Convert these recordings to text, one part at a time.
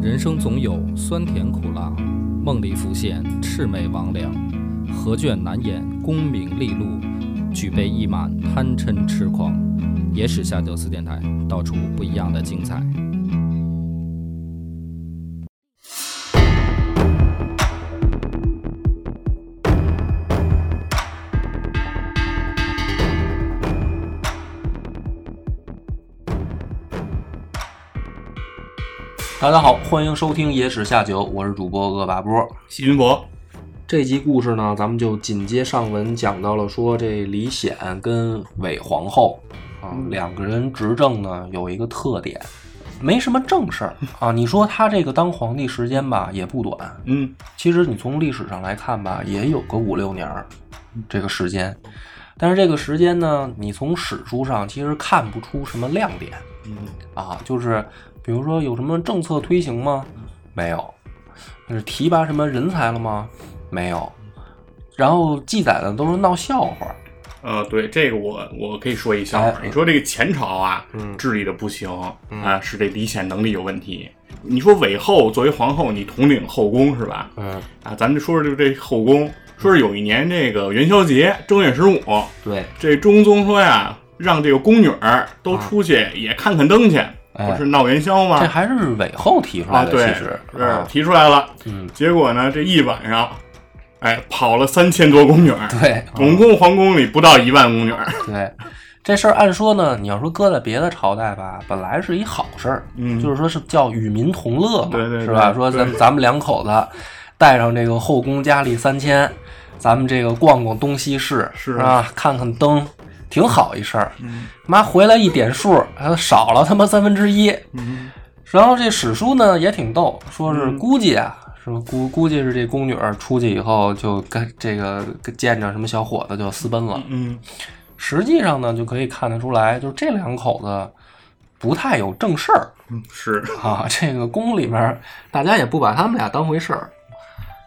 人生总有酸甜苦辣，梦里浮现魑魅魍魉，何卷难掩功名利禄，举杯一满贪嗔痴狂。野史下酒四电台，道出不一样的精彩。大家好，欢迎收听《野史下酒》，我是主播恶霸波。细菌博，这集故事呢，咱们就紧接上文讲到了说，这李显跟韦皇后啊、嗯两个人执政呢有一个特点，没什么正事 儿啊。你说他这个当皇帝时间吧，也不短，嗯，其实你从历史上来看吧，也有个五六年儿这个时间，但是这个时间呢，你从史书上其实看不出什么亮点，啊，就是比如说有什么政策推行吗？没有，就是提拔什么人才了吗？没有，然后记载的都是闹笑话，呃，对这个我我可以说一下。哎你说这个前朝啊，嗯治理的不行啊，是这李显能力有问题。你说韦后作为皇后，你统领后宫是吧？嗯，啊，咱们就说说这后宫，说是有一年这个元宵节正月十五，对，这中宗说呀，让这个宫女儿都出去也看看灯去，啊哎不是闹元宵这吗？还是韦后提出啊，来的，对，其实是啊，提出来了。嗯，结果呢，这一晚上，哎，跑了三千多宫女儿，对，啊总共皇宫里不到一万宫女儿。对，这事儿按说呢，你要说搁在别的朝代吧，本来是一好事儿，嗯就是说是叫与民同乐嘛，对对对是吧？说咱咱们两口子带上这个后宫佳丽三千，咱们这个逛逛东西市，是嗯吧？看看灯，挺好一事儿。妈回来一点数，还少了他妈三分之一。嗯然后这史书呢也挺逗，说是估计啊。是吧估估计是这宫女儿出去以后就跟这个跟见着什么小伙子就私奔了，嗯实际上呢，就可以看得出来，就是这两口子不太有正事儿嗯，是， 啊。这个宫里面，大家也不把他们俩当回事儿。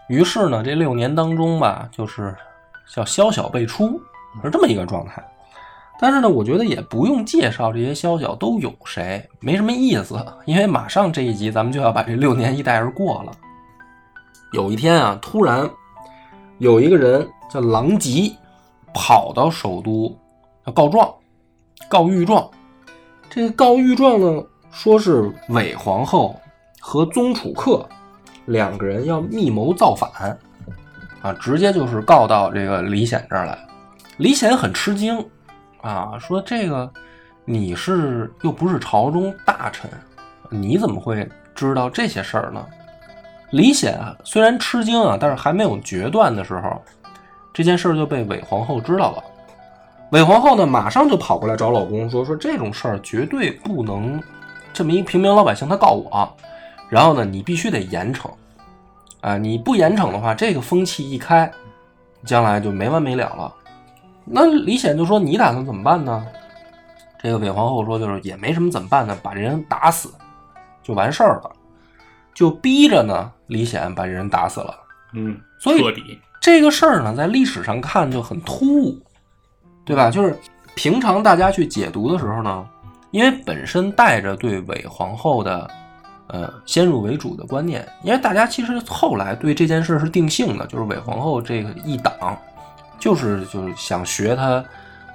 于是呢，这六年当中吧，就是叫宵小辈出，是这么一个状态。但是呢，我觉得也不用介绍这些宵小都有谁，没什么意思，因为马上这一集咱们就要把这六年一带而过了。有一天啊，突然有一个人叫狼藉，跑到首都要告状，告御状。这个告御状呢，说是韦皇后和宗楚客两个人要密谋造反，啊，直接就是告到这个李显这儿来。李显很吃惊，啊，说这个你是又不是朝中大臣，你怎么会知道这些事儿呢？李显啊，虽然吃惊啊，但是还没有决断的时候，这件事儿就被韦皇后知道了。韦皇后呢，马上就跑过来找老公说：“说这种事儿绝对不能这么一平民老百姓他告我，啊然后呢，你必须得严惩啊！你不严惩的话，这个风气一开，将来就没完没了了。”那李显就说：“你打算怎么办呢？”这个韦皇后说：“就是也没什么怎么办呢，把这人打死就完事儿了。”就逼着呢李显把这人打死了。嗯，所以彻底，这个事儿呢，在历史上看就很突兀，对吧？就是平常大家去解读的时候呢，因为本身带着对韦皇后的呃先入为主的观念，因为大家其实后来对这件事是定性的，就是韦皇后这个一党，就是就是想学她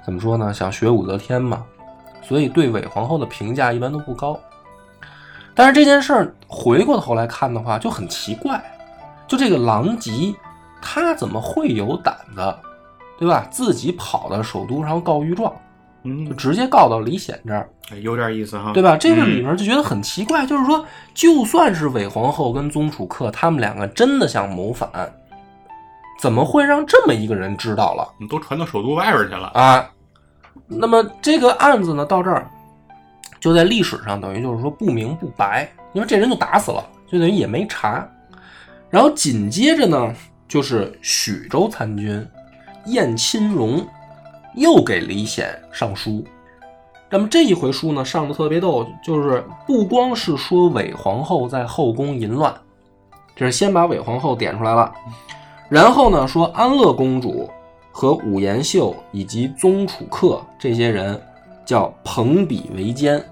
怎么说呢？想学武则天嘛，所以对韦皇后的评价一般都不高。但是这件事儿回过头来看的话，就很奇怪，就这个狼藉，他怎么会有胆子，对吧？自己跑到首都，然后告御状，就嗯，哎直接告到李显这儿，有点意思哈，对吧？这个里嗯面就觉得很奇怪，就是说，就算是韦皇后跟宗楚客他们两个真的想谋反，怎么会让这么一个人知道了？你都传到首都外边去了，啊。那么这个案子呢，到这儿就在历史上等于就是说不明不白，因为这人就打死了，就等于也没查。然后紧接着呢，就是许州参军燕钦荣又给李显上书。那么这一回书呢，上的特别逗，就是不光是说韦皇后在后宫淫乱，这是先把韦皇后点出来了，然后呢，说安乐公主和武延秀以及宗楚客这些人叫朋比为奸，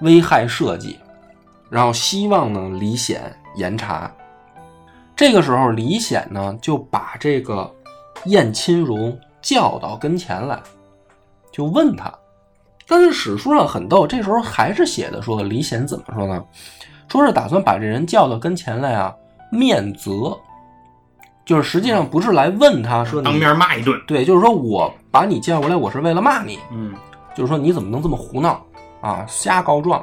危害社稷。然后希望呢李显严查。这个时候，李显呢就把这个燕亲荣叫到跟前来，就问他。但是史书上很逗，这时候还是写的说李显怎么说呢？说是打算把这人叫到跟前来啊，面责，就是实际上不是来问他说你当面骂一顿。对，就是说我把你叫过来，我是为了骂你，嗯就是说你怎么能这么胡闹啊，瞎告状，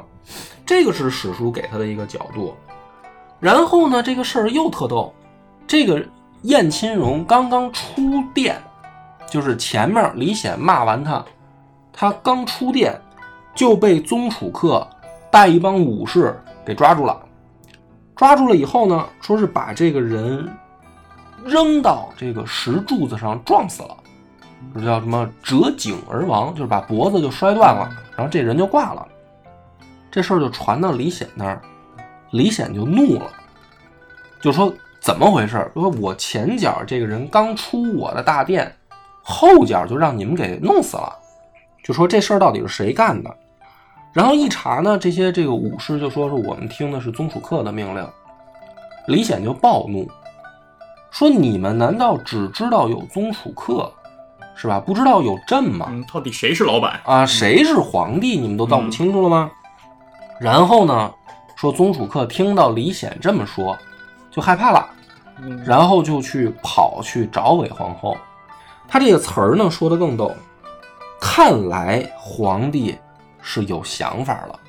这个是史书给他的一个角度。然后呢，这个事儿又特逗，这个燕亲荣刚刚出殿，就是前面李显骂完他，他刚出殿就被宗楚客带一帮武士给抓住了。抓住了以后呢，说是把这个人扔到这个石柱子上撞死了，这叫什么折颈而亡，就是把脖子就摔断了，然后这人就挂了。这事儿就传到李显那儿，李显就怒了，就说怎么回事儿？说我前脚这个人刚出我的大殿，后脚就让你们给弄死了，就说这事儿到底是谁干的？然后一查呢，这些这个武士就说是我们听的是宗楚客的命令，李显就暴怒，说你们难道只知道有宗楚客，是吧？不知道有朕吗？嗯，到底谁是老板？啊，谁是皇帝，你们都弄不清楚了吗？然后呢，说宗楚客听到李显这么说，就害怕了，嗯然后就去跑去找韦皇后。他这个词儿呢说的更逗，看来皇帝是有想法了。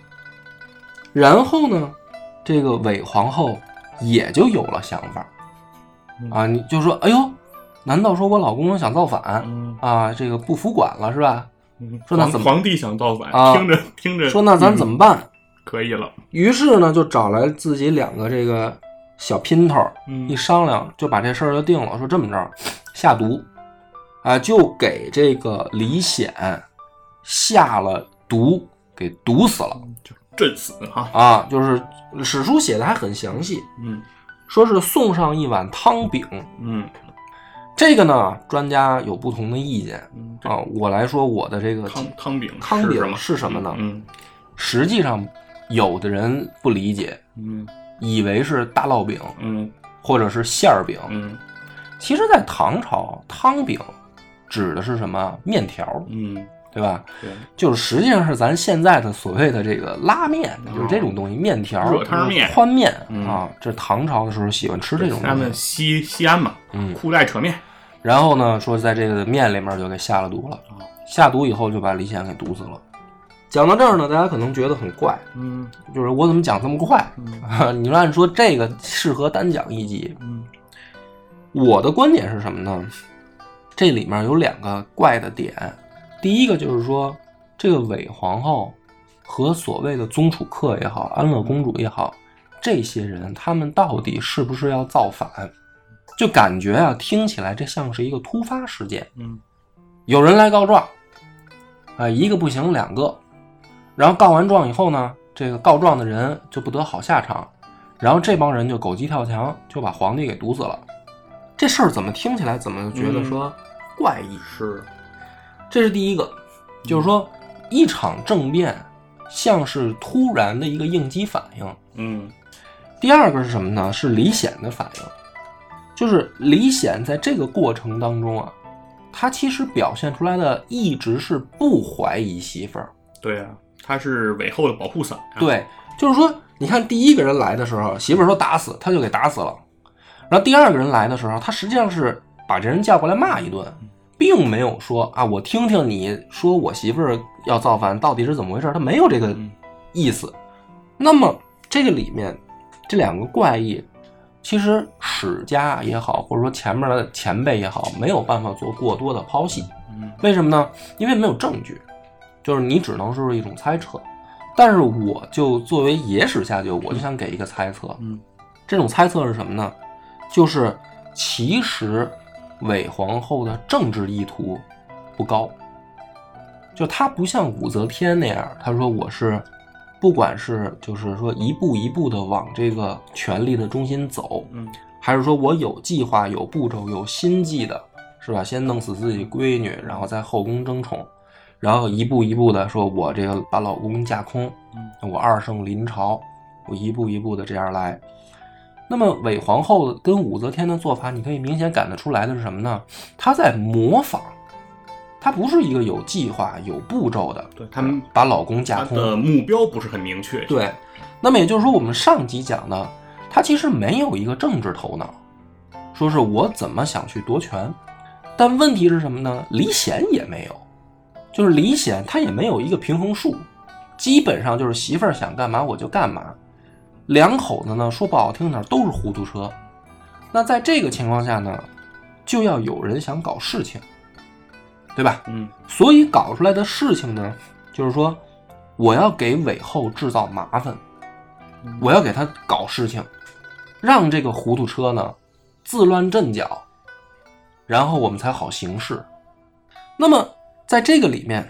然后呢，这个韦皇后也就有了想法，啊，你就说，哎呦，难道说我老公想造反嗯啊？这个不服管了是吧？嗯说那皇怎么皇帝想造反，啊听着听着，说那咱怎嗯么办？可以了？于是呢，就找来自己两个这个小姘头儿，嗯一商量就把这事儿就定了，说这么着，下毒，啊，就给这个李显下了毒，给毒死了朕死哈，啊！就是史书写的还很详细，嗯说是送上一碗汤饼。嗯这个呢，专家有不同的意见嗯，这啊。我来说我的这个汤汤饼嗯汤是饼什么是什么呢嗯实际上有的人不理解，嗯以为是大烙饼嗯或者是馅儿饼，嗯其实，在唐朝，汤饼指的是什么？面条，嗯，对吧？对，就是实际上是咱现在的所谓的这个拉面，就是这种东西，面条、哦热汤面宽面嗯啊。这唐朝的时候喜欢吃这种他东们西。西西安嘛，嗯裤带扯面，然后呢，说在这个面里面就给下了毒了，哦下毒以后就把李显给毒死了。讲到这儿呢，大家可能觉得很怪，嗯就是我怎么讲这么快？ 你说按说这个适合单讲一集，嗯我的观点是什么呢？这里面有两个怪的点，第一个就是说，这个伪皇后和所谓的宗楚客也好，安乐公主也好，这些人他们到底是不是要造反？就感觉啊，听起来这像是一个突发事件，嗯有人来告状，啊、一个不行，两个，然后告完状以后呢，这个告状的人就不得好下场，然后这帮人就狗急跳墙，就把皇帝给毒死了。这事儿怎么听起来怎么觉得说怪异？是，这是第一个，就是说一场政变像是突然的一个应激反应。嗯第二个是什么呢？是李显的反应，就是李显在这个过程当中啊，他其实表现出来的一直是不怀疑媳妇儿。对啊，他是韦后的保护伞，，啊对，就是说，你看第一个人来的时候，媳妇儿说打死，他就给打死了。然后第二个人来的时候，他实际上是把这人叫过来骂一顿，并没有说啊，我听听你说我媳妇儿要造反到底是怎么回事，他没有这个嗯意思。那么这个里面这两个怪异，其实史家也好，或者说前面的前辈也好，没有办法做过多的剖析。嗯为什么呢？因为没有证据，就是你只能说是一种猜测。但是我就作为野史下酒，我就想给一个猜测。嗯这种猜测是什么呢？就是其实韦皇后的政治意图不高，就她不像武则天那样，她说我是不管是就是说一步一步的往这个权力的中心走，嗯还是说我有计划、有步骤、有心计的，是吧？先弄死自己闺女，然后在后宫争宠，然后一步一步的说，我这个把老公架空，嗯我二圣临朝，我一步一步的这样来。那么韦皇后跟武则天的做法，你可以明显感得出来的是什么呢？她在模仿，她不是一个有计划、有步骤的，对他们把老公架他空。的目标不是很明确。，对，那么也就是说，我们上集讲的，他其实没有一个政治头脑，说是我怎么想去夺权。但问题是什么呢？李显也没有，就是李显他也没有一个平衡术，基本上就是媳妇儿想干嘛我就干嘛。两口子呢，说不好听点儿都是糊涂车。那在这个情况下呢，就要有人想搞事情，对吧？嗯，所以搞出来的事情呢，就是说我要给韦后制造麻烦，我要给他搞事情，让这个糊涂车呢自乱阵脚，然后我们才好行事。那么在这个里面，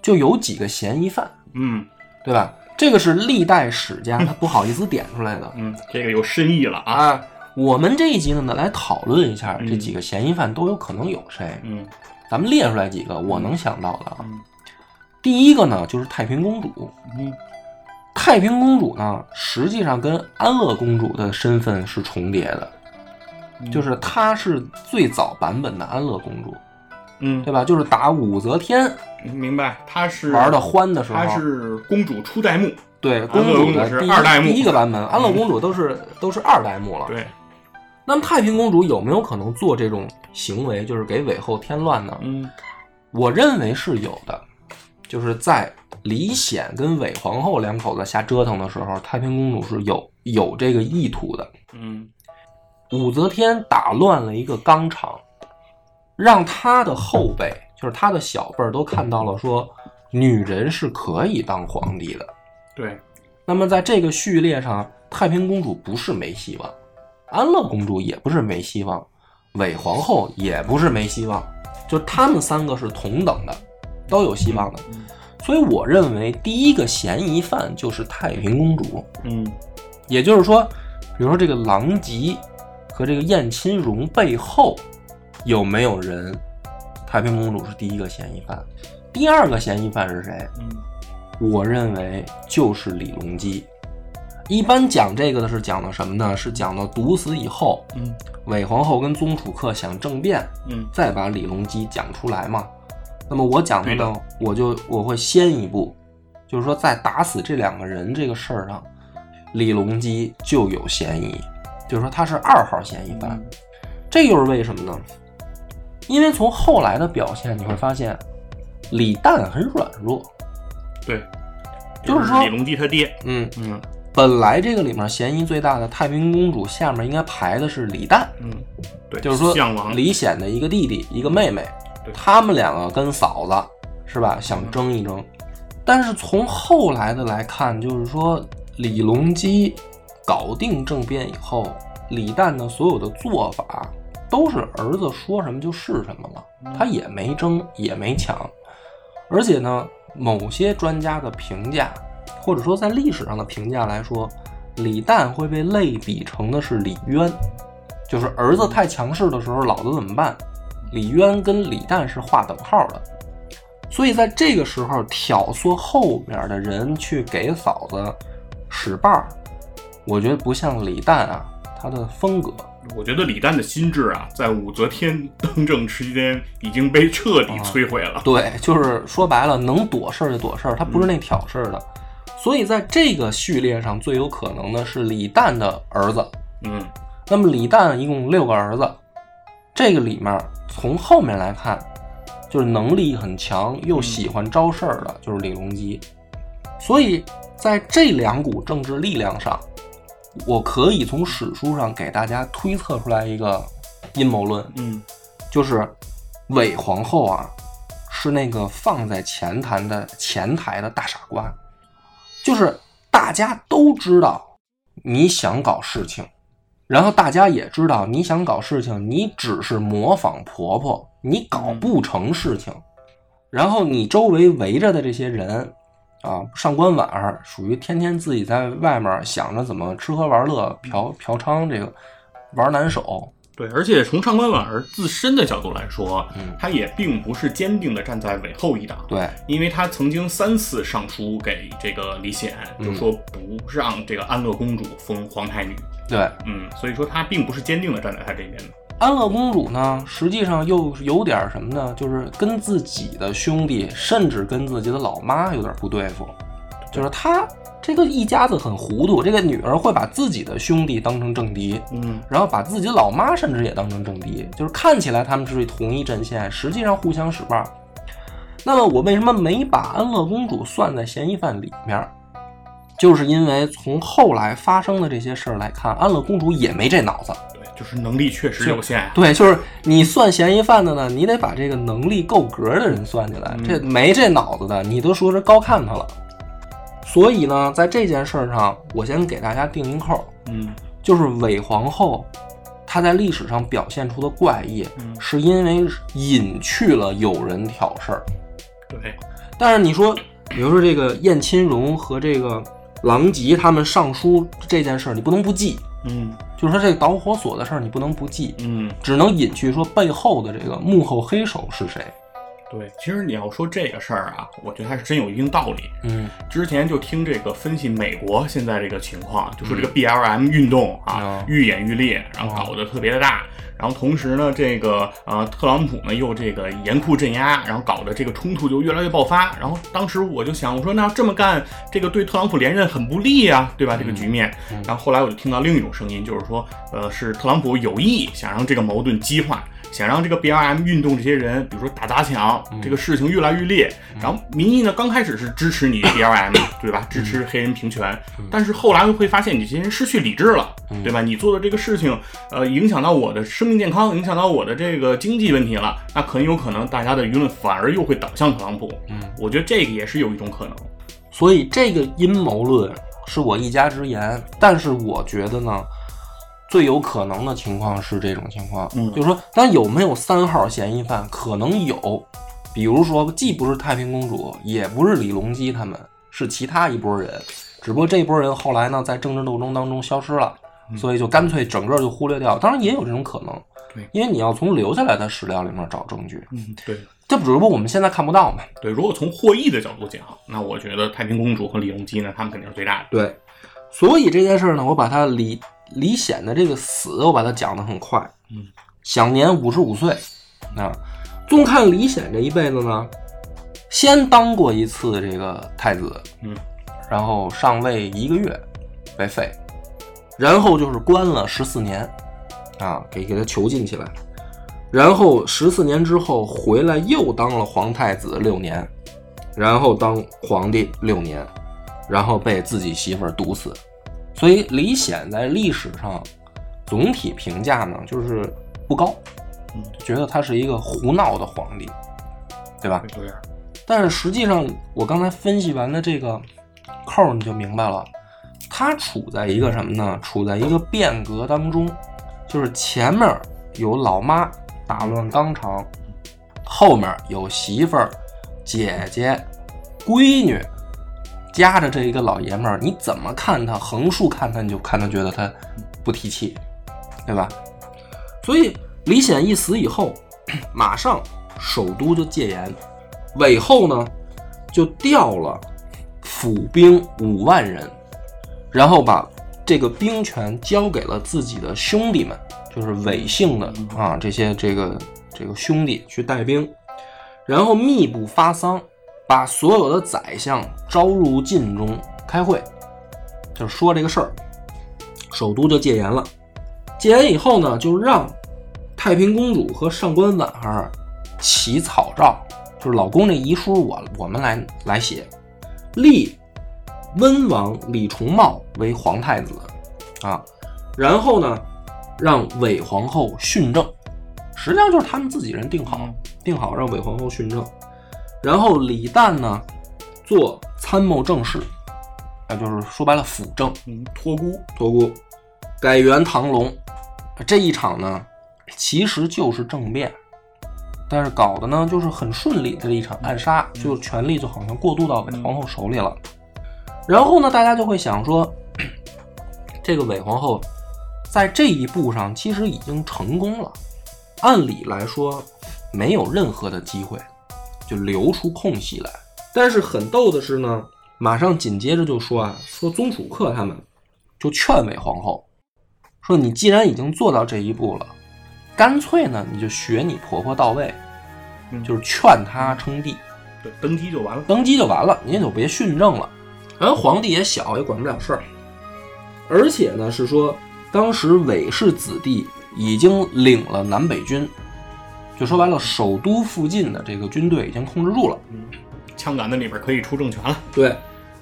就有几个嫌疑犯，嗯对吧？这个是历代史家他不好意思点出来的嗯，这个有深意了啊。啊。我们这一集呢，来讨论一下这几个嫌疑犯都有可能有谁。嗯咱们列出来几个我能想到的啊。嗯第一个呢，就是太平公主。嗯太平公主呢，实际上跟安乐公主的身份是重叠的，嗯就是她是最早版本的安乐公主，嗯对，吧？就是打武则天明白。他是玩的，欢的时候，他是公主初代目。对安乐主公主的是第一二代目嗯第一个版本，安乐公主都是都是二代目了。对，那么太平公主有没有可能做这种行为，就是给韦后添乱呢？嗯我认为是有的，就是在李显跟韦皇后两口子瞎折腾的时候，太平公主是有有这个意图的。嗯武则天打乱了一个纲常，让她的后辈，就是她的小辈儿，都看到了说，女人是可以当皇帝的。对，啊那么在这个序列上，太平公主不是没希望，安乐公主也不是没希望，韦皇后也不是没希望，就她们三个是同等的，都有希望的。所以我认为第一个嫌疑犯就是太平公主，嗯也就是说，比如说这个狼藉和这个燕亲荣背后有没有人？太平公主是第一个嫌疑犯，第二个嫌疑犯是谁？嗯我认为就是李隆基。一般讲这个的是讲的什么呢？是讲到毒死以后，嗯韦皇后跟宗楚客想政变，嗯再把李隆基讲出来嘛。那么我讲的对的呢，我就我会先一步，就是说在打死这两个人这个事儿上，李隆基就有嫌疑，就是说他是二号嫌疑嗯犯。这又是为什么呢？因为从后来的表现你会发现，李旦很软弱，对，就是说李隆基他爹。嗯，嗯本来这个里面嫌疑最大的太平公主下面应该排的是李旦，嗯，对，就是说项王李显的一个弟弟一个妹妹对，嗯他们两个跟嫂子是吧？想争一争，但是从后来的来看，就是说李隆基搞定政变以后，李旦的所有的做法都是儿子说什么就是什么嗯了，他也没争也没抢，而且呢，某些专家的评价，或者说在历史上的评价来说，李旦会被类比成的是李渊，就是儿子太强势的时候，老子怎么办？李渊跟李旦是划等号的，所以在这个时候挑唆后面的人去给嫂子使绊儿，我觉得不像李旦啊，他的风格我觉得李旦的心智啊，在武则天登政期间已经被彻底摧毁了。对，就是说白了，能躲事儿就躲事儿，他不是那挑事儿的。所以在这个序列上，最有可能的是李旦的儿子。嗯那么李旦一共六个儿子，这个里面从后面来看，就是能力很强又喜欢招事儿的，就是李隆基。所以在这两股政治力量上，我可以从史书上给大家推测出来一个阴谋论，嗯就是韦皇后啊，是那个放在前台的前台的大傻瓜，就是大家都知道你想搞事情，然后大家也知道你想搞事情，你只是模仿婆婆，你搞不成事情，然后你周围围着的这些人。啊，上官婉儿属于天天自己在外面想着怎么吃喝玩乐、嫖嫖娼，这个玩难手，对，而且从上官婉儿自身的角度来说，嗯她也并不是坚定的站在韦后一党，对，因为她曾经三次上书给这个李显，就说不让这个安乐公主封皇太女，对，嗯，所以说她并不是坚定的站在她这边的，安乐公主呢，实际上又有点什么呢？就是跟自己的兄弟，甚至跟自己的老妈有点不对付。就是她这个一家子很糊涂，这个女儿会把自己的兄弟当成政敌，嗯，然后把自己的老妈甚至也当成政敌，就是看起来他们是同一阵线，实际上互相使绊儿。那么我为什么没把安乐公主算在嫌疑犯里面儿？就是因为从后来发生的这些事儿来看，安乐公主也没这脑子。对，就是能力确实有限，对，就是你算嫌疑犯的呢，你得把这个能力够格的人算进来。嗯这没这脑子的，你都说是高看他了。所以呢，在这件事儿上，我先给大家定一扣儿，嗯就是伪皇后，她在历史上表现出的怪异，嗯，是因为隐去了有人挑事儿。对，但是你说，比如说这个燕亲荣和这个狼藉他们上书这件事儿，你不能不记。嗯就是说这个导火索的事儿，你不能不记。嗯。只能隐去说背后的这个幕后黑手是谁。对，其实你要说这个事儿啊，我觉得还是真有一定道理。嗯之前就听这个分析美国现在这个情况，就说这个 BLM 运动啊嗯，愈演愈烈，然后搞得特别的大。然后同时呢，这个呃特朗普呢又这个严酷镇压，然后搞得这个冲突就越来越爆发。然后当时我就想，我说那这么干，这个对特朗普连任很不利啊，对吧？这个局面。然后后来我就听到另一种声音，就是说，呃，是特朗普有意想让这个矛盾激化，想让这个 BLM 运动这些人，比如说打砸抢，这个事情越来越烈。然后民意呢，刚开始是支持你 BLM，对吧？支持黑人平权，但是后来会发现你这些人失去理智了，对吧？你做的这个事情，呃，影响到我的生命健康，影响到我的这个经济问题了，那很有可能大家的舆论反而又会导向特朗普。嗯，我觉得这个也是有一种可能。所以这个阴谋论是我一家之言，但是我觉得呢，最有可能的情况是这种情况，嗯就是说，但有没有三号嫌疑犯？可能有，比如说，既不是太平公主，也不是李隆基他们，是其他一波人，只不过这波人后来呢，在政治斗争当中消失了。嗯所以就干脆整个就忽略掉，当然也有这种可能，对因为你要从留下来的史料里面找证据，嗯，对。这只不过我们现在看不到嘛。对，如果从获益的角度讲，那我觉得太平公主和李隆基呢，他们肯定是最大的。对，所以这件事儿呢，我把他李李显的这个死，我把它讲得很快。嗯，享年五十五岁。啊，纵看李显这一辈子呢，先当过一次这个太子，嗯，然后上位一个月被废，然后就是关了十四年，啊，给给他囚禁起来。然后十四年之后回来，又当了皇太子六年，然后当皇帝六年，然后被自己媳妇儿毒死。所以李显在历史上总体评价呢，就是不高嗯，觉得他是一个胡闹的皇帝，对吧？有点儿但是实际上，我刚才分析完的这个扣儿你就明白了，他处在一个什么呢？处在一个变革当中，就是前面有老妈打乱纲常，后面有媳妇儿、姐姐、闺女，夹着这一个老爷们儿，你怎么看他？横竖看他，你就看他觉得他不提气，对吧？所以李显一死以后， 马上首都就戒严，韦后呢就调了府兵五万人，然后把这个兵权交给了自己的兄弟们，就是韦姓的啊这些这个这个兄弟去带兵，然后密不发丧，把所有的宰相招入禁中开会，就是说这个事儿，首都就戒严了。戒严以后呢，就让太平公主和上官婉儿起草诏，就是老公这遗书我我们来来写，立温王李重茂为皇太子啊，然后呢，让韦皇后训政，实际上就是他们自己人定好嗯，定好让韦皇后训政，然后李旦呢做参谋政事，啊，就是说白了辅政，嗯托孤，托孤，改元唐隆，这一场呢，其实就是政变，但是搞的呢就是很顺利的一场暗杀，就权力就好像过渡到韦皇后手里了。然后呢，大家就会想说，这个韦皇后在这一步上其实已经成功了。按理来说，没有任何的机会就留出空隙来。但是很逗的是呢，马上紧接着就说啊，说宗楚客他们就劝慰皇后，说你既然已经做到这一步了，干脆呢你就学你婆婆到位，嗯就是劝她称帝，对，登基就完了。登基就完了，您也就别训政了。然后皇帝也小，也管不了事儿。而且呢，是说当时韦氏子弟已经领了南北军，就说白了，首都附近的这个军队已经控制住了。枪杆子里边可以出政权了。对，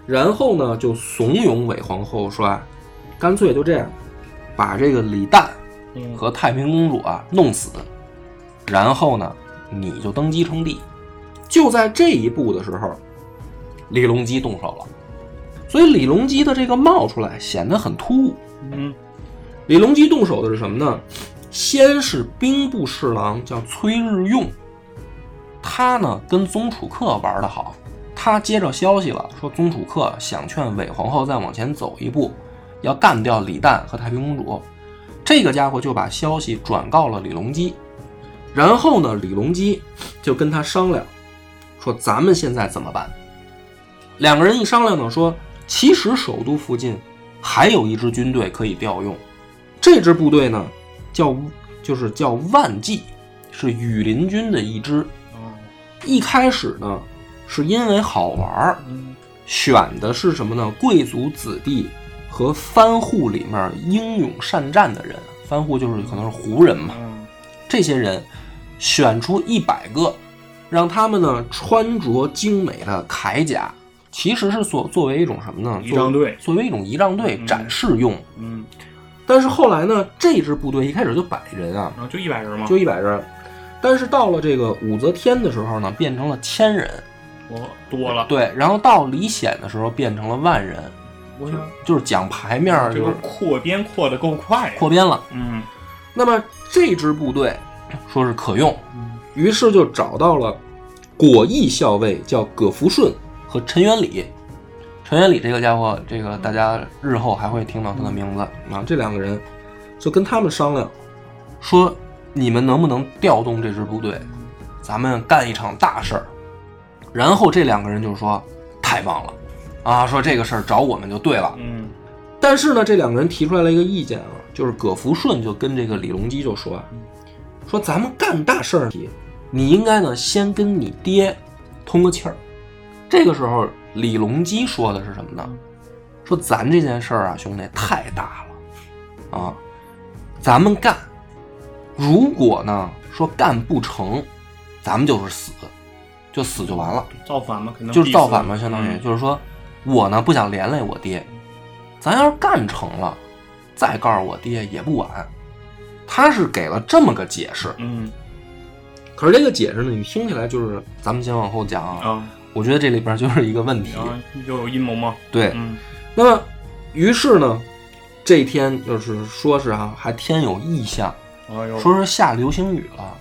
然后呢，就怂恿韦皇后说啊，干脆就这样，把这个李旦嗯，和太平公主啊弄死，然后呢，你就登基称帝。就在这一步的时候，李隆基动手了，所以李隆基的这个冒出来显得很突兀。嗯，李隆基动手的是什么呢？先是兵部侍郎叫崔日用，他呢跟宗楚客玩得好，他接着消息了，说宗楚客想劝韦皇后再往前走一步，要干掉李旦和太平公主。这个家伙就把消息转告了李隆基，然后呢，李隆基就跟他商量，说咱们现在怎么办？两个人一商量呢，说其实首都附近还有一支军队可以调用，这支部队呢叫就是叫万骑，是羽林军的一支。哦，一开始呢是因为好玩儿，嗯，选的是什么呢？贵族子弟和藩户里面英勇善战的人，藩户就是可能是胡人嘛，嗯这些人选出一百个，让他们呢穿着精美的铠甲，其实是作作为一种什么呢？仪仗队作为一种仪仗队嗯展示用。嗯，但是后来呢，这支部队一开始就百人啊，然后就一百人吗？就一百人，但是到了这个武则天的时候呢，变成了千人，我多了，对，然后到李显的时候变成了万人，我就是讲牌面儿这就个是扩编扩的够快呀。扩编了。嗯那么这支部队 说是可用，嗯于是就找到了果毅校尉，叫葛福顺和陈元礼。陈元礼这个家伙，这个大家日后还会听到他的名字啊。这两个人就跟他们商量，说你们能不能调动这支部队，咱们干一场大事儿。然后这两个人就说太棒了，啊，说这个事儿找我们就对了。嗯但是呢，这两个人提出来了一个意见啊，就是葛福顺就跟这个李隆基就说啊，说咱们干大事儿，你应该呢先跟你爹通个气儿。这个时候，李隆基说的是什么呢？说咱这件事儿啊，兄弟太大了，啊，咱们干。如果呢说干不成，咱们就是死，就死就完了。造反嘛，可能就是必死造反嘛，相当于、嗯就是说，我呢不想连累我爹，咱要是干成了，再告诉我爹也不晚。他是给了这么个解释，嗯可是这个解释呢，你听起来就是咱们先往后讲啊，啊，我觉得这里边就是一个问题然。后又有阴谋吗？对，嗯那么于是呢，这天就是说是啊，还天有异象，哎呦，说是下流星雨了，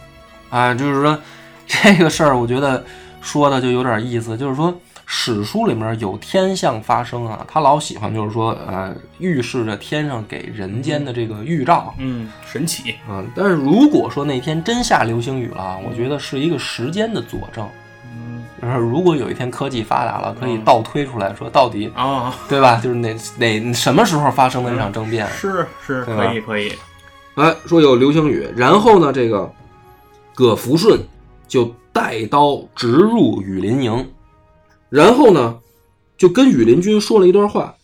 啊，就是说 这个事儿，我觉得说的就有点意思，就是说史书里面有天象发生啊，他老喜欢就是说呃预示着天上给人间的这个预兆嗯，神奇，啊，但是如果说那天真下流星雨了，我觉得是一个时间的佐证，嗯就是如果有一天科技发达了，可以倒推出来说到底啊，对吧？就是哪哪什么时候发生的这场政变，是是，对吧可以可以，哎，说有流星雨，然后呢，这个葛福顺就带刀直入羽林营，然后呢，就跟羽林军说了一段话，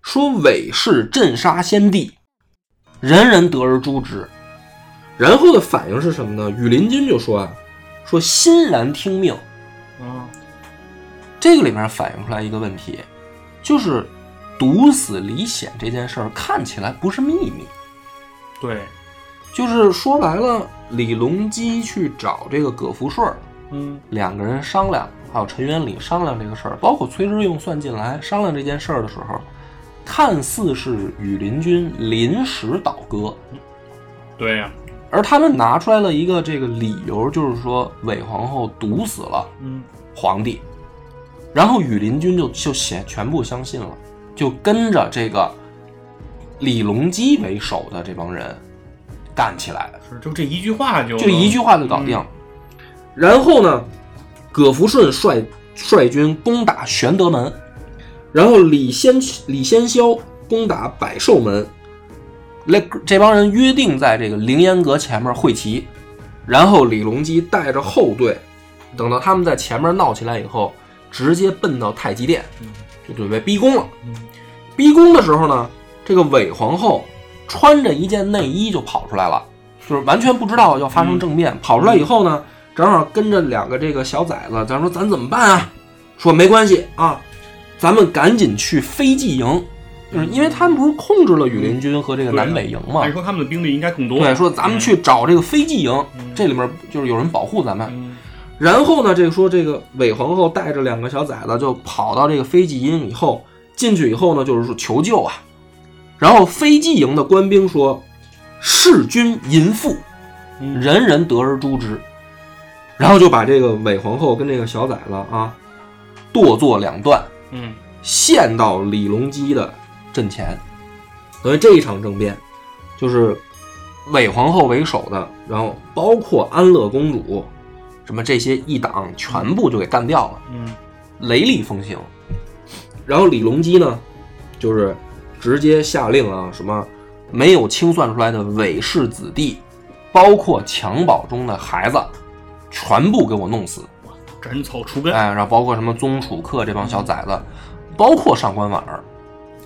说韦氏镇杀先帝，人人得而诛之。然后的反应是什么呢？羽林军就说啊，说欣然听命。啊，这个里面反映出来一个问题，就是毒死李显这件事儿看起来不是秘密，对，就是说白了，李隆基去找这个葛福顺儿，嗯两个人商量，还有陈元礼商量这个事儿，包括崔之用算进来商量这件事儿的时候，看似是羽林军临时倒戈，对呀，而他们拿出来了一个这个理由，就是说韦皇后毒死了嗯皇帝，然后羽林军就就写全部相信了，就跟着这个李隆基为首的这帮人干起来，是就这一句话就就一句话就搞定。然后呢，葛福顺率率军攻打玄德门，然后李先李先霄攻打百寿门。那这帮人约定在这个凌烟阁前面会齐，然后李隆基带着后队，等到他们在前面闹起来以后，直接奔到太极殿，就准备逼宫了。逼宫的时候呢，这个韦皇后穿着一件内衣就跑出来了，就是完全不知道要发生政变。跑出来以后呢，正好跟着两个这个小崽子，咱说咱怎么办啊？说没关系啊，咱们赶紧去飞骑营，就是因为他们不是控制了羽林军和这个南北营嘛按。说他们的兵力应该更多。对，说咱们去找这个飞骑营，这里面就是有人保护咱们。嗯然后呢，这个说这个韦皇后带着两个小崽子就跑到这个飞骑营以后，进去以后呢，就是说求救啊。然后飞骑营的官兵说：“弑君淫妇，嗯人人得而诛之。”然后就把这个韦皇后跟这个小崽子啊剁作两段，嗯，陷到李隆基的阵前。所以这一场政变，就是韦皇后为首的，然后包括安乐公主，什么这些一党全部就给干掉了，嗯雷厉风行。然后李隆基呢，就是直接下令啊，什么没有清算出来的韦氏子弟，包括襁褓中的孩子，全部给我弄死。斩草除根。哎，然后包括什么宗楚客这帮小崽子，包括上官婉儿，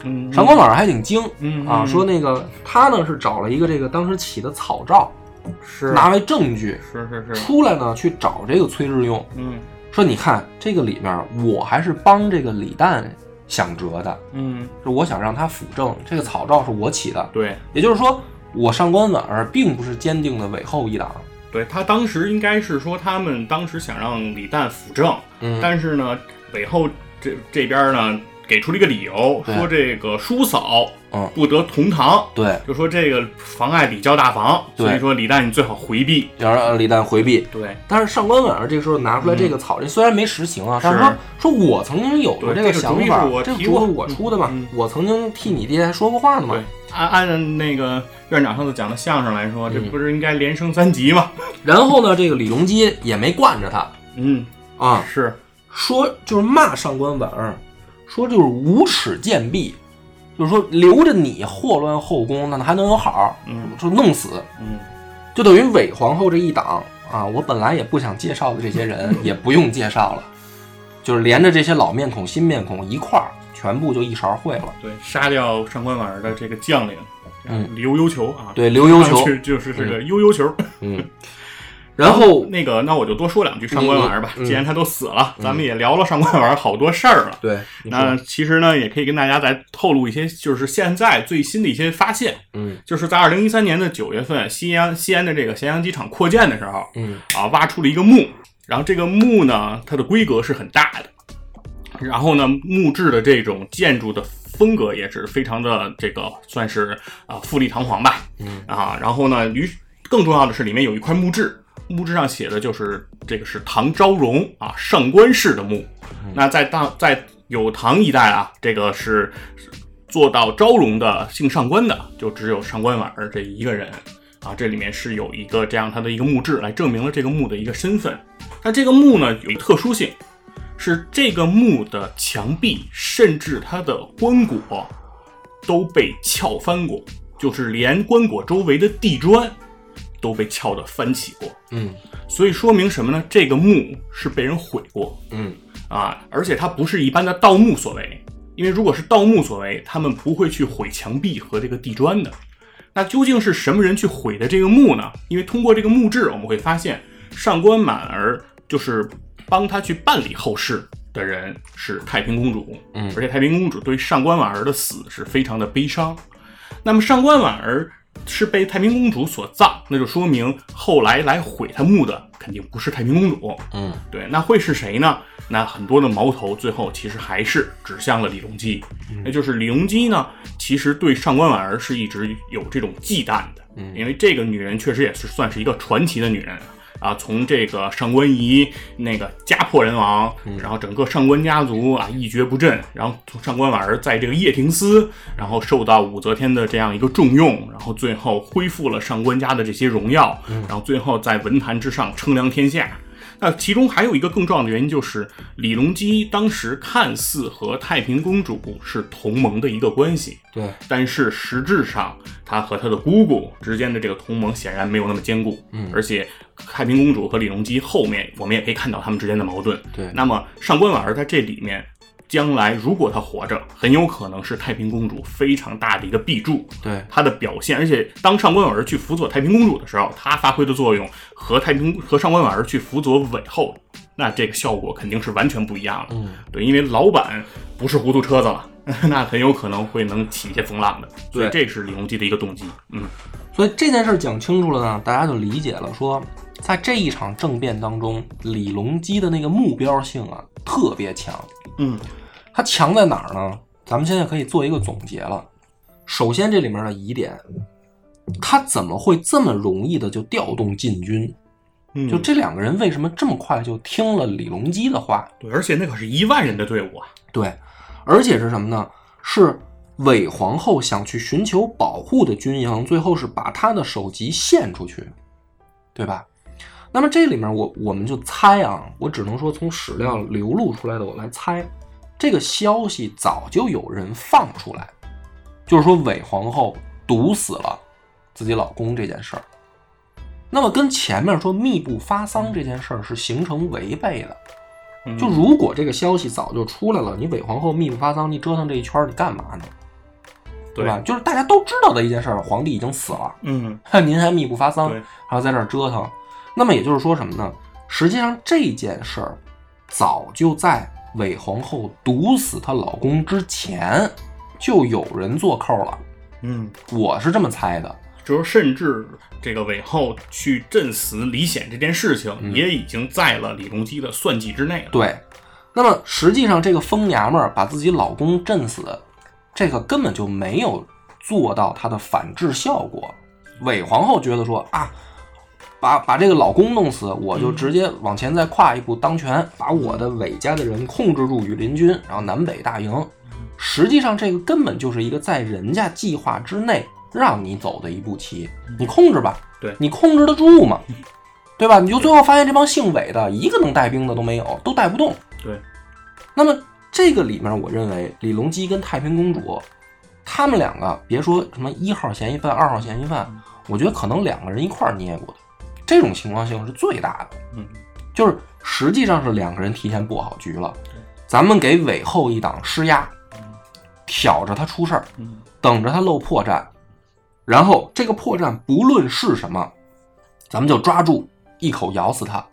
嗯，上官婉儿还挺精嗯啊，嗯说那个他呢是找了一个这个当时起的草诏，是拿为证据，是是是，出来呢去找这个崔日用，嗯说你看这个里面我还是帮这个李旦想辙的，嗯，是我想让他辅政，这个草诏是我起的，对也就是说我上官婉儿并不是坚定的韦后一党，对，他当时应该是说他们当时想让李旦辅政，嗯但是呢，韦后这这边呢给出了一个理由，对说这个叔嫂嗯不得同堂，对，就说这个妨碍礼教大防，对所以说李旦你最好回避。要让李旦回避，对但是上官婉儿这个时候拿出来这个草，这虽然没实行啊，但是说说我曾经有过个嗯对这个想主意是法，我这个提主意过是我出的嘛，嗯嗯我曾经替你爹说过话的嘛对。，按按那个院长上次讲的相声来说，这嗯不是应该连升三级吗？然后呢，这个李隆基也没惯着他嗯，啊，是，说就是骂上官婉儿，说就是无耻贱婢，就是说留着你祸乱后宫，那还能有好？嗯就弄死，嗯，就等于韦皇后这一党啊，我本来也不想介绍的这些人也不用介绍了，就是连着这些老面孔、新面孔一块儿，全部就一勺烩了。对，杀掉上官婉儿的这个将领，嗯刘幽囚啊，对，刘幽看上求，去就是这个悠悠球。嗯，然后那个，那我就多说两句上官婉儿吧。嗯嗯既然他都死了，咱们也聊了上官婉儿好多事儿了。对，你说那其实呢，也可以跟大家再透露一些，就是现在最新的一些发现，嗯就是在二零一三年的九月份，西安西安的这个咸阳机场扩建的时候，嗯啊，挖出了一个墓，然后这个墓呢，它的规格是很大的，然后呢，木质的这种建筑的风格也是非常的这个算是啊富丽堂皇吧，嗯啊，然后呢，于更重要的是里面有一块墓志，墓志上写的就是这个是唐昭容啊上官氏的墓，那在大在有唐一代啊，这个是是做到昭容的姓上官的，就只有上官婉儿这一个人。啊，这里面是有一个这样它的一个墓志来证明了这个墓的一个身份。但这个墓呢有一特殊性，是这个墓的墙壁甚至它的棺椁都被撬翻过，就是连棺椁周围的地砖都被撬的翻起过。嗯所以说明什么呢？这个墓是被人毁过嗯啊，而且它不是一般的盗墓所为，因为如果是盗墓所为，他们不会去毁墙壁和这个地砖的。那究竟是什么人去毁的这个墓呢？因为通过这个墓志，我们会发现上官婉儿就是帮他去办理后事的人是太平公主，嗯而且太平公主对上官婉儿的死是非常的悲伤。那么上官婉儿是被太平公主所葬，那就说明后来来毁她墓的肯定不是太平公主，嗯对，那会是谁呢？那很多的矛头最后其实还是指向了李隆基，那就是李隆基呢，其实对上官婉儿是一直有这种忌惮的，因为这个女人确实也是算是一个传奇的女人，啊，从这个上官仪那个家破人亡，然后整个上官家族啊一蹶不振，然后从上官婉儿在这个叶廷思，然后受到武则天的这样一个重用，然后最后恢复了上官家的这些荣耀，然后最后在文坛之上称量天下。那其中还有一个更重要的原因，就是李隆基当时看似和太平公主是同盟的一个关系，对，但是实质上，他和他的姑姑之间的这个同盟显然没有那么坚固。嗯，而且太平公主和李隆基后面，我们也可以看到他们之间的矛盾。对那么上官婉儿在这里面，将来如果她活着，很有可能是太平公主非常大的一个壁柱。对，她的表现，而且当上官婉儿去辅佐太平公主的时候，她发挥的作用和太平和上官婉儿去辅佐韦后，那这个效果肯定是完全不一样了。嗯，对，因为老板不是糊涂车子 了，那很有可能会能起一些风浪的。所以对这是李隆基的一个动机。嗯，所以这件事儿讲清楚了呢，大家就理解了说。在这一场政变当中，李隆基的那个目标性啊特别强，嗯，它强在哪儿呢？咱们现在可以做一个总结了。首先，这里面的疑点，他怎么会这么容易的就调动禁军？嗯就这两个人为什么这么快就听了李隆基的话？对，而且那可是一万人的队伍啊。对，而且是什么呢？是韦皇后想去寻求保护的军营，最后是把她的首级献出去，对吧？那么这里面我我们就猜啊，我只能说从史料流露出来的，我来猜，这个消息早就有人放出来，就是说韦皇后毒死了自己老公这件事儿。那么跟前面说密不发丧这件事儿是形成违背的，嗯就如果这个消息早就出来了，你伪皇后密不发丧，你折腾这一圈儿，你干嘛呢？对吧？就是大家都知道的一件事儿，皇帝已经死了， 嗯，您还密不发丧，对然后在这儿折腾。那么也就是说什么呢？实际上这件事儿早就在伪皇后毒死她老公之前，就有人做扣了。嗯，我是这么猜的，就是甚至这个韦后去镇死李显这件事情，也已经在了李隆基的算计之内了。嗯对，那么实际上这个疯娘们儿把自己老公震死，这个根本就没有做到她的反制效果。韦皇后觉得说啊，把把这个老公弄死，我就直接往前再跨一步当权，把我的韦家的人控制住羽林军，然后南北大营。实际上，这个根本就是一个在人家计划之内让你走的一步棋，你控制吧，对你控制得住吗？对吧？你就最后发现这帮姓韦的一个能带兵的都没有，都带不动。对，那么这个里面，我认为李隆基跟太平公主，他们两个别说什么一号嫌疑犯、二号嫌疑犯，我觉得可能两个人一块儿捏过的，这种情况性是最大的。嗯，就是实际上是两个人提前布好局了，咱们给韦后一档施压，挑着他出事儿，嗯等着他露破绽，然后这个破绽不论是什么，咱们就抓住，一口咬死他。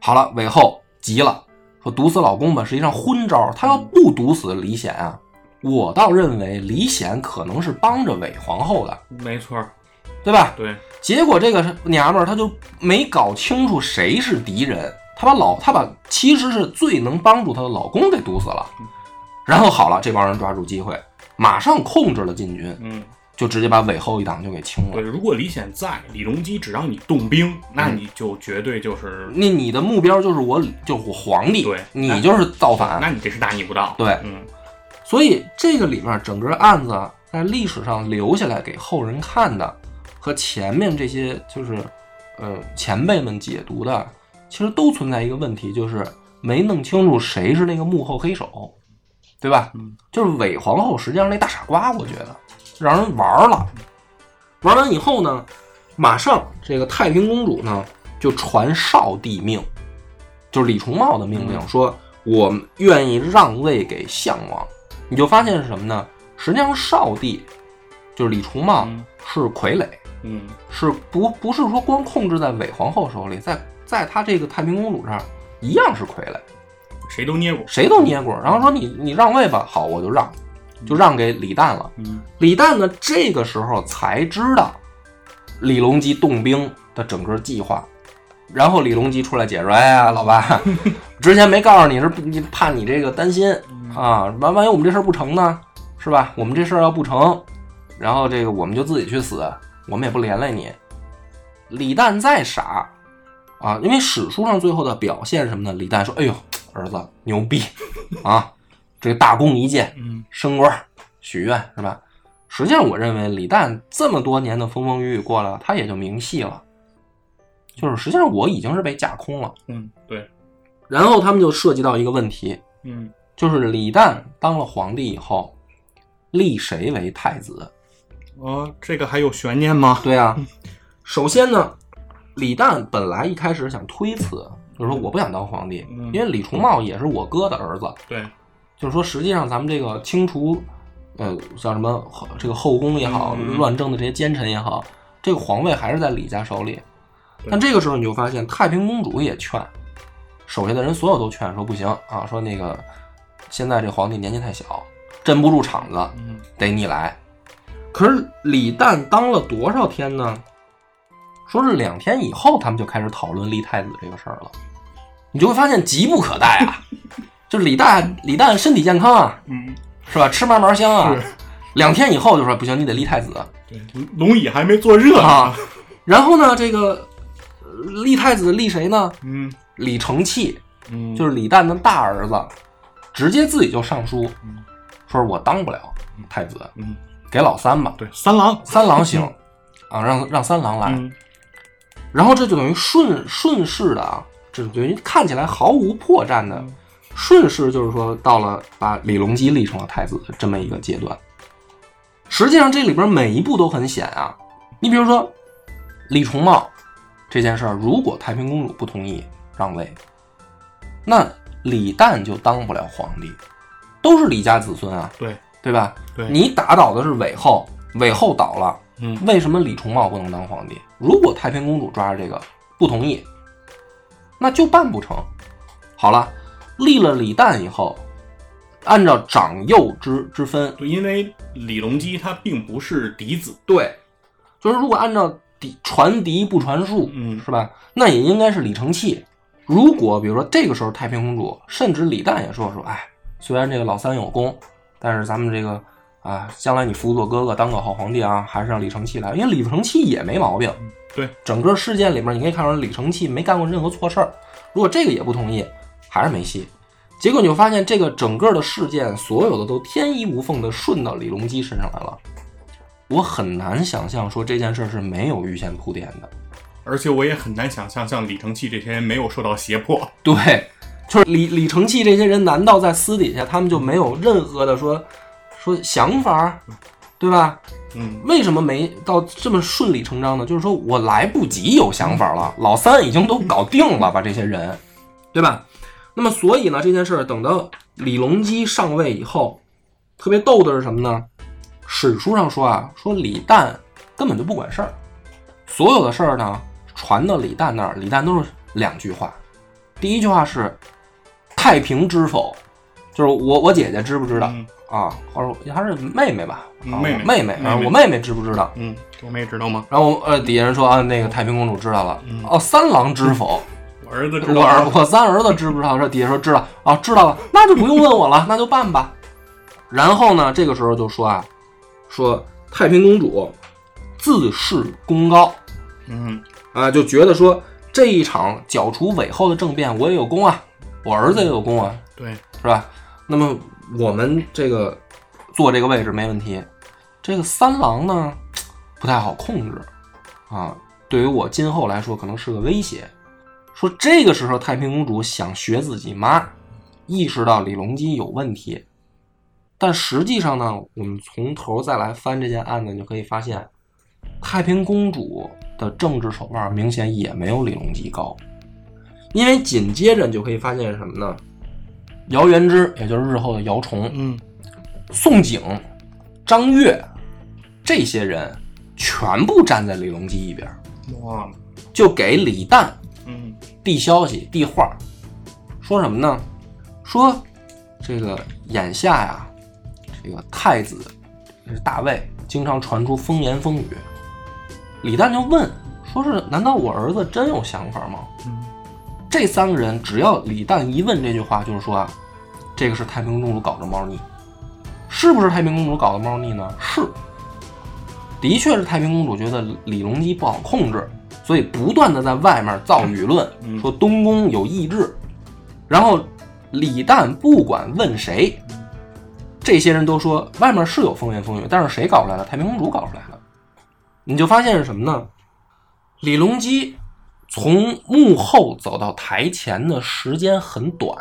好了，韦后急了，说毒死老公吧，实际上昏招，他要不毒死李显啊，我倒认为李显可能是帮着韦皇后的，没错儿，对吧？对，结果这个娘们儿她就没搞清楚谁是敌人，她把老她把其实是最能帮助她的老公给毒死了，然后好了，这帮人抓住机会，马上控制了禁军，嗯。就直接把韦后一党就给清对，了。如果李显在，李隆基只让你动兵，那你就绝对就是，那你的目标就是我，就是我皇帝，对你就是造反。那你这是大逆不道。对嗯，所以这个里面整个案子在历史上留下来给后人看的，和前面这些就是，呃，前辈们解读的，其实都存在一个问题，就是没弄清楚谁是那个幕后黑手，对吧？就是伪皇后实际上那大傻瓜，我觉得让人玩儿了。玩完以后呢，马上这个太平公主呢就传少帝命，就是李重茂的命令，说我愿意让位给项王。你就发现是什么呢？实际上少帝就是李重茂嗯是傀儡，嗯，是不不是说光控制在韦皇后手里，在在他这个太平公主这儿一样是傀儡。谁都捏过。谁都捏过，然后说你你让位吧，好，我就让，就让给李旦了。嗯李旦呢，这个时候才知道李隆基动兵的整个计划，然后李隆基出来解说：“哎呀，老爸，之前没告诉你是你怕你这个担心啊，万万一我们这事儿不成呢，是吧？我们这事儿要不成，然后这个我们就自己去死，我们也不连累你。”李旦再傻，啊，因为史书上最后的表现什么呢？李旦说：“哎呦，儿子牛逼啊，这大功一件，嗯，升官儿许愿是吧？”实际上，我认为李旦这么多年的风风雨雨过了，他也就明细了。就是实际上我已经是被架空了。嗯，对，然后他们就涉及到一个问题，嗯就是李旦当了皇帝以后，立谁为太子？啊，这个还有悬念吗？对啊，首先呢，李旦本来一开始想推辞，就是说我不想当皇帝，嗯因为李重茂也是我哥的儿子，对，就是说实际上咱们这个清除，呃，像什么后这个后宫也好，嗯乱政的这些奸臣也好，这个皇位还是在李家手里。对但这个时候你就发现，太平公主也劝，手下的人所有都劝说不行啊，说那个现在这皇帝年纪太小，镇不住场子，嗯得你来。可是李旦当了多少天呢？说是两天以后，他们就开始讨论立太子这个事儿了。你就会发现急不可待啊！就是李旦，李旦身体健康啊，嗯，是吧？吃嘛嘛香啊是。两天以后就说不行，你得立太子对，嗯龙椅还没坐热呢啊。。然后呢，这个呃立太子立谁呢？嗯李承器，嗯，就是李旦的大儿子，直接自己就上书嗯，说我当不了太子，嗯，给老三吧。对，三郎，三郎行啊，让让三郎来，嗯然后这就等于顺顺势的啊，这等于看起来毫无破绽的嗯顺势，就是说到了把李隆基立成了太子的这么一个阶段。实际上这里边每一步都很险啊，你比如说李重茂这件事儿，如果太平公主不同意让位，那李旦就当不了皇帝，都是李家子孙啊，对对吧？对，你打倒的是韦后，韦后倒了。嗯为什么李重茂不能当皇帝？如果太平公主抓着这个不同意，那就办不成。好了，立了李旦以后，按照长幼之之分，对，因为李隆基他并不是嫡子，对，就是如果按照嫡传嫡不传庶，嗯是吧？那也应该是李承器。如果比如说这个时候太平公主，甚至李旦也说说，哎，虽然这个老三有功，但是咱们这个啊，将来你辅佐哥哥当个好皇帝啊，还是让李承器来，因为李承器也没毛病。嗯对，整个事件里面，你可以看出来李承器没干过任何错事儿。如果这个也不同意，还是没戏。结果你就发现，这个整个的事件，所有的都天衣无缝的顺到李隆基身上来了。我很难想象说这件事儿是没有预先铺垫的。而且我也很难想象像李承器这些人没有受到胁迫，对，就是李李承器这些人，难道在私底下他们就没有任何的说说想法儿，对吧？嗯为什么没到这么顺理成章呢？就是说我来不及有想法了，老三已经都搞定了，把这些人，对吧？那么所以呢，这件事儿等到李隆基上位以后，特别逗的是什么呢？史书上说啊，说李旦根本就不管事儿，所有的事儿呢传到李旦那儿，李旦都是两句话，第一句话是“太平知否”，就是我我姐姐知不知道、嗯啊？或者还是妹妹吧，嗯啊妹我妹妹妹妹啊，妹我妹妹知不知道？嗯，我妹知道吗？然后我呃，底下人说啊，那个太平公主知道了。嗯哦，三郎知否？我儿子知道我儿吗，我三儿子知不知道？这底下说知道。哦，知道了，那就不用问我了，那就办吧。然后呢，这个时候就说啊，说太平公主自恃功高嗯啊，就觉得说这一场剿除韦后的政变，我也有功啊，我儿子也有功啊，对，是吧？那么我们这个坐这个位置没问题。这个三郎呢，不太好控制啊，对于我今后来说可能是个威胁。说这个时候太平公主想学自己妈，意识到李隆基有问题，但实际上呢，我们从头再来翻这件案子，你就可以发现，太平公主的政治手腕明显也没有李隆基高，因为紧接着你就可以发现什么呢？姚元之，也就是日后的姚崇，嗯宋璟、张悦这些人全部站在李隆基一边儿，哇，就给李旦嗯递消息、递话，说什么呢？说这个眼下呀，这个太子这是大卫，经常传出风言风语。李旦就问，说是难道我儿子真有想法吗？嗯这三个人只要李旦一问这句话，就是说啊，这个是太平公主搞的猫腻，是不是太平公主搞的猫腻呢？是。的确是太平公主觉得李隆基不好控制，所以不断的在外面造舆论，嗯说东宫有意志。然后李旦不管问谁，这些人都说外面是有风言风语，但是谁搞出来的？太平公主搞出来的。你就发现是什么呢？李隆基从幕后走到台前的时间很短，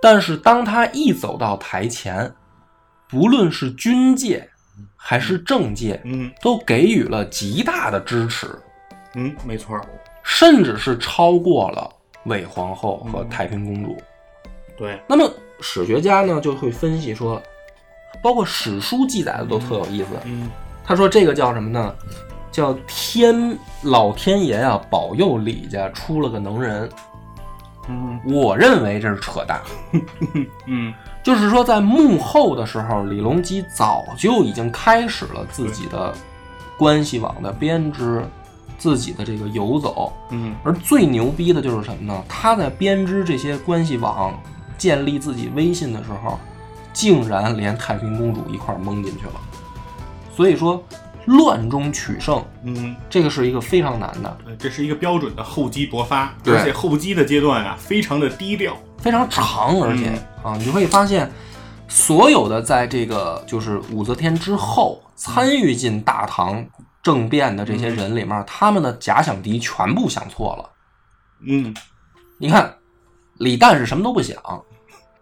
但是当他一走到台前，不论是军界还是政界，嗯都给予了极大的支持，嗯，没错儿，甚至是超过了韦皇后和太平公主。对，那么史学家呢就会分析说，包括史书记载的都特有意思。嗯他说这个叫什么呢？叫天老天爷啊，保佑李家出了个能人。嗯我认为这是扯淡，嗯，就是说在幕后的时候，李隆基早就已经开始了自己的关系网的编织，自己的这个游走。嗯而最牛逼的就是什么呢？他在编织这些关系网、建立自己威信的时候，竟然连太平公主一块儿蒙进去了。所以说，乱中取胜，嗯，这个是一个非常难的、呃这是一个标准的厚积薄发，对而且厚积的阶段啊，非常的低调。非常长，而且、啊，你就会发现，所有的在这个就是武则天之后参与进大唐政变的这些人里面，他们的假想敌全部想错了。嗯你看，李旦是什么都不想，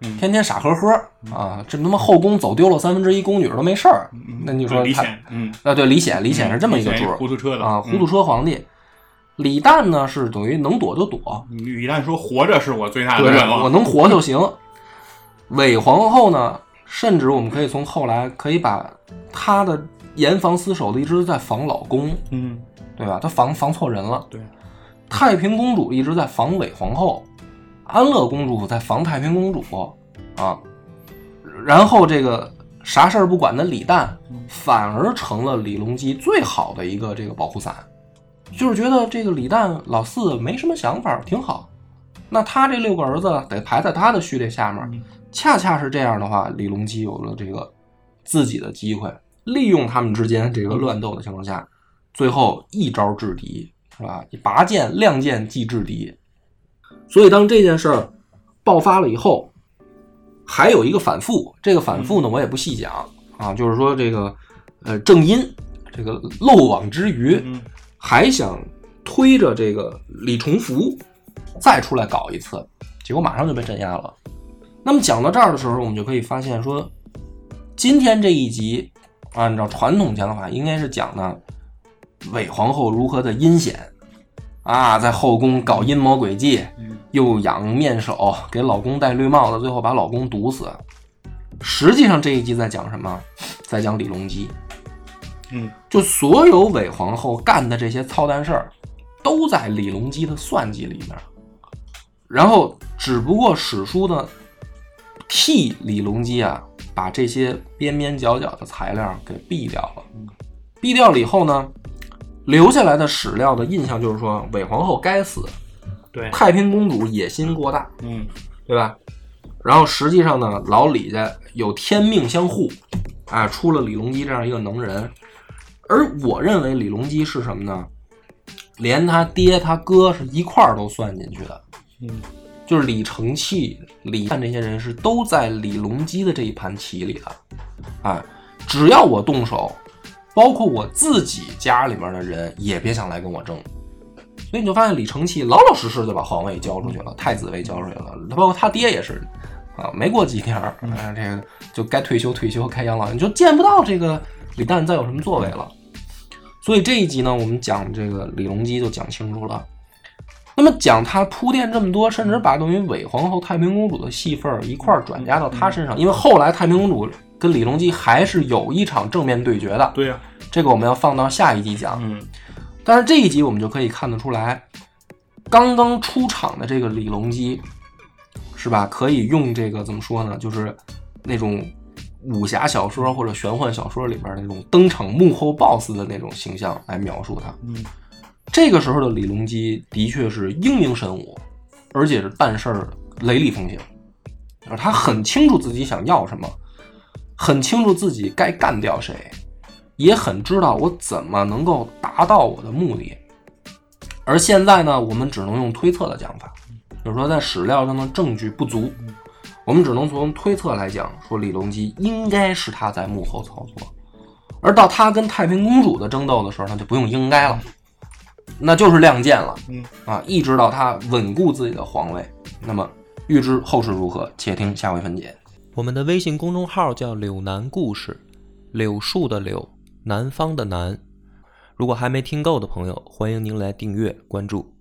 嗯天天傻呵呵啊，这他妈后宫走丢了三分之一宫女都没事儿。嗯，那你说对李他显，嗯，啊，对，李显，李显是这么一个李主显儿是糊涂车的啊，糊涂。嗯车皇帝。李旦呢是等于能躲就躲，李旦说：“活着是我最大的对愿我望。能活就行。韦皇后呢，甚至我们可以从后来可以把她的严防死守的一直在防老公，”嗯，对吧？她防防错人了。对，太平公主一直在防韦皇后，安乐公主在防太平公主啊。然后这个啥事儿不管的李旦，反而成了李隆基最好的一个这个保护伞，就是觉得这个李旦老四没什么想法，挺好。那他这六个儿子得排在他的序列下面嗯，恰恰是这样的话，李隆基有了这个自己的机会，利用他们之间这个乱斗的情况下，嗯最后一招制敌，是吧？你拔剑亮剑即制敌。所以当这件事儿爆发了以后，还有一个反复，这个反嗯复呢，我也不细讲啊，就是说这个呃正因这个漏网之鱼，嗯还想推着这个李重福再出来搞一次，结果马上就被镇压了。那么讲到这儿的时候，我们就可以发现说，今天这一集按照传统讲法，应该是讲的韦皇后如何的阴险啊，在后宫搞阴谋诡计，嗯又养面首，给老公戴绿帽子，最后把老公毒死。实际上这一集在讲什么？在讲李隆基。嗯就所有韦皇后干的这些操蛋事儿，都在李隆基的算计里面。然后，只不过史书呢，替李隆基啊，把这些边边角角的材料给避掉了。避掉了以后呢，留下来的史料的印象就是说，韦皇后该死，对，太平公主野心过大，嗯对吧？然后实际上呢，老李家有天命相护，啊，出了李隆基这样一个能人。而我认为李隆基是什么呢？连他爹他哥是一块儿都算进去的，嗯就是李承器、李旦这些人是都在李隆基的这一盘棋里的。啊，只要我动手，包括我自己家里面的人也别想来跟我争。所以你就发现李承器老老实实就把皇位交出去了，太子位交出去了，包括他爹也是，啊，没过几天儿，啊，这个就该退休退休，开养老院，你就见不到这个李旦再有什么作为了。所以这一集呢，我们讲这个李隆基就讲清楚了。那么讲他铺垫这么多，甚至把等于韦皇后、太平公主的戏份儿一块儿转嫁到他身上，因为后来太平公主跟李隆基还是有一场正面对决的，对呀，这个我们要放到下一集讲。嗯但是这一集我们就可以看得出来，刚刚出场的这个李隆基，是吧？可以用这个怎么说呢？就是那种武侠小说或者玄幻小说里边那种登场幕后 BOSS 的那种形象来描述他。嗯这个时候的李隆基的确是英明神武，而且是办事儿雷厉风行，而他很清楚自己想要什么，很清楚自己该干掉谁，也很知道我怎么能够达到我的目的。而现在呢，我们只能用推测的讲法，就是说在史料上的证据不足，我们只能从推测来讲，说李隆基应该是他在幕后操作。而到他跟太平公主的争斗的时候，那就不用应该了，那就是亮剑了。嗯啊，一直到他稳固自己的皇位。那么，预知后事如何，且听下回分解。我们的微信公众号叫“柳南故事”，柳树的柳，南方的南。如果还没听够的朋友，欢迎您来订阅关注。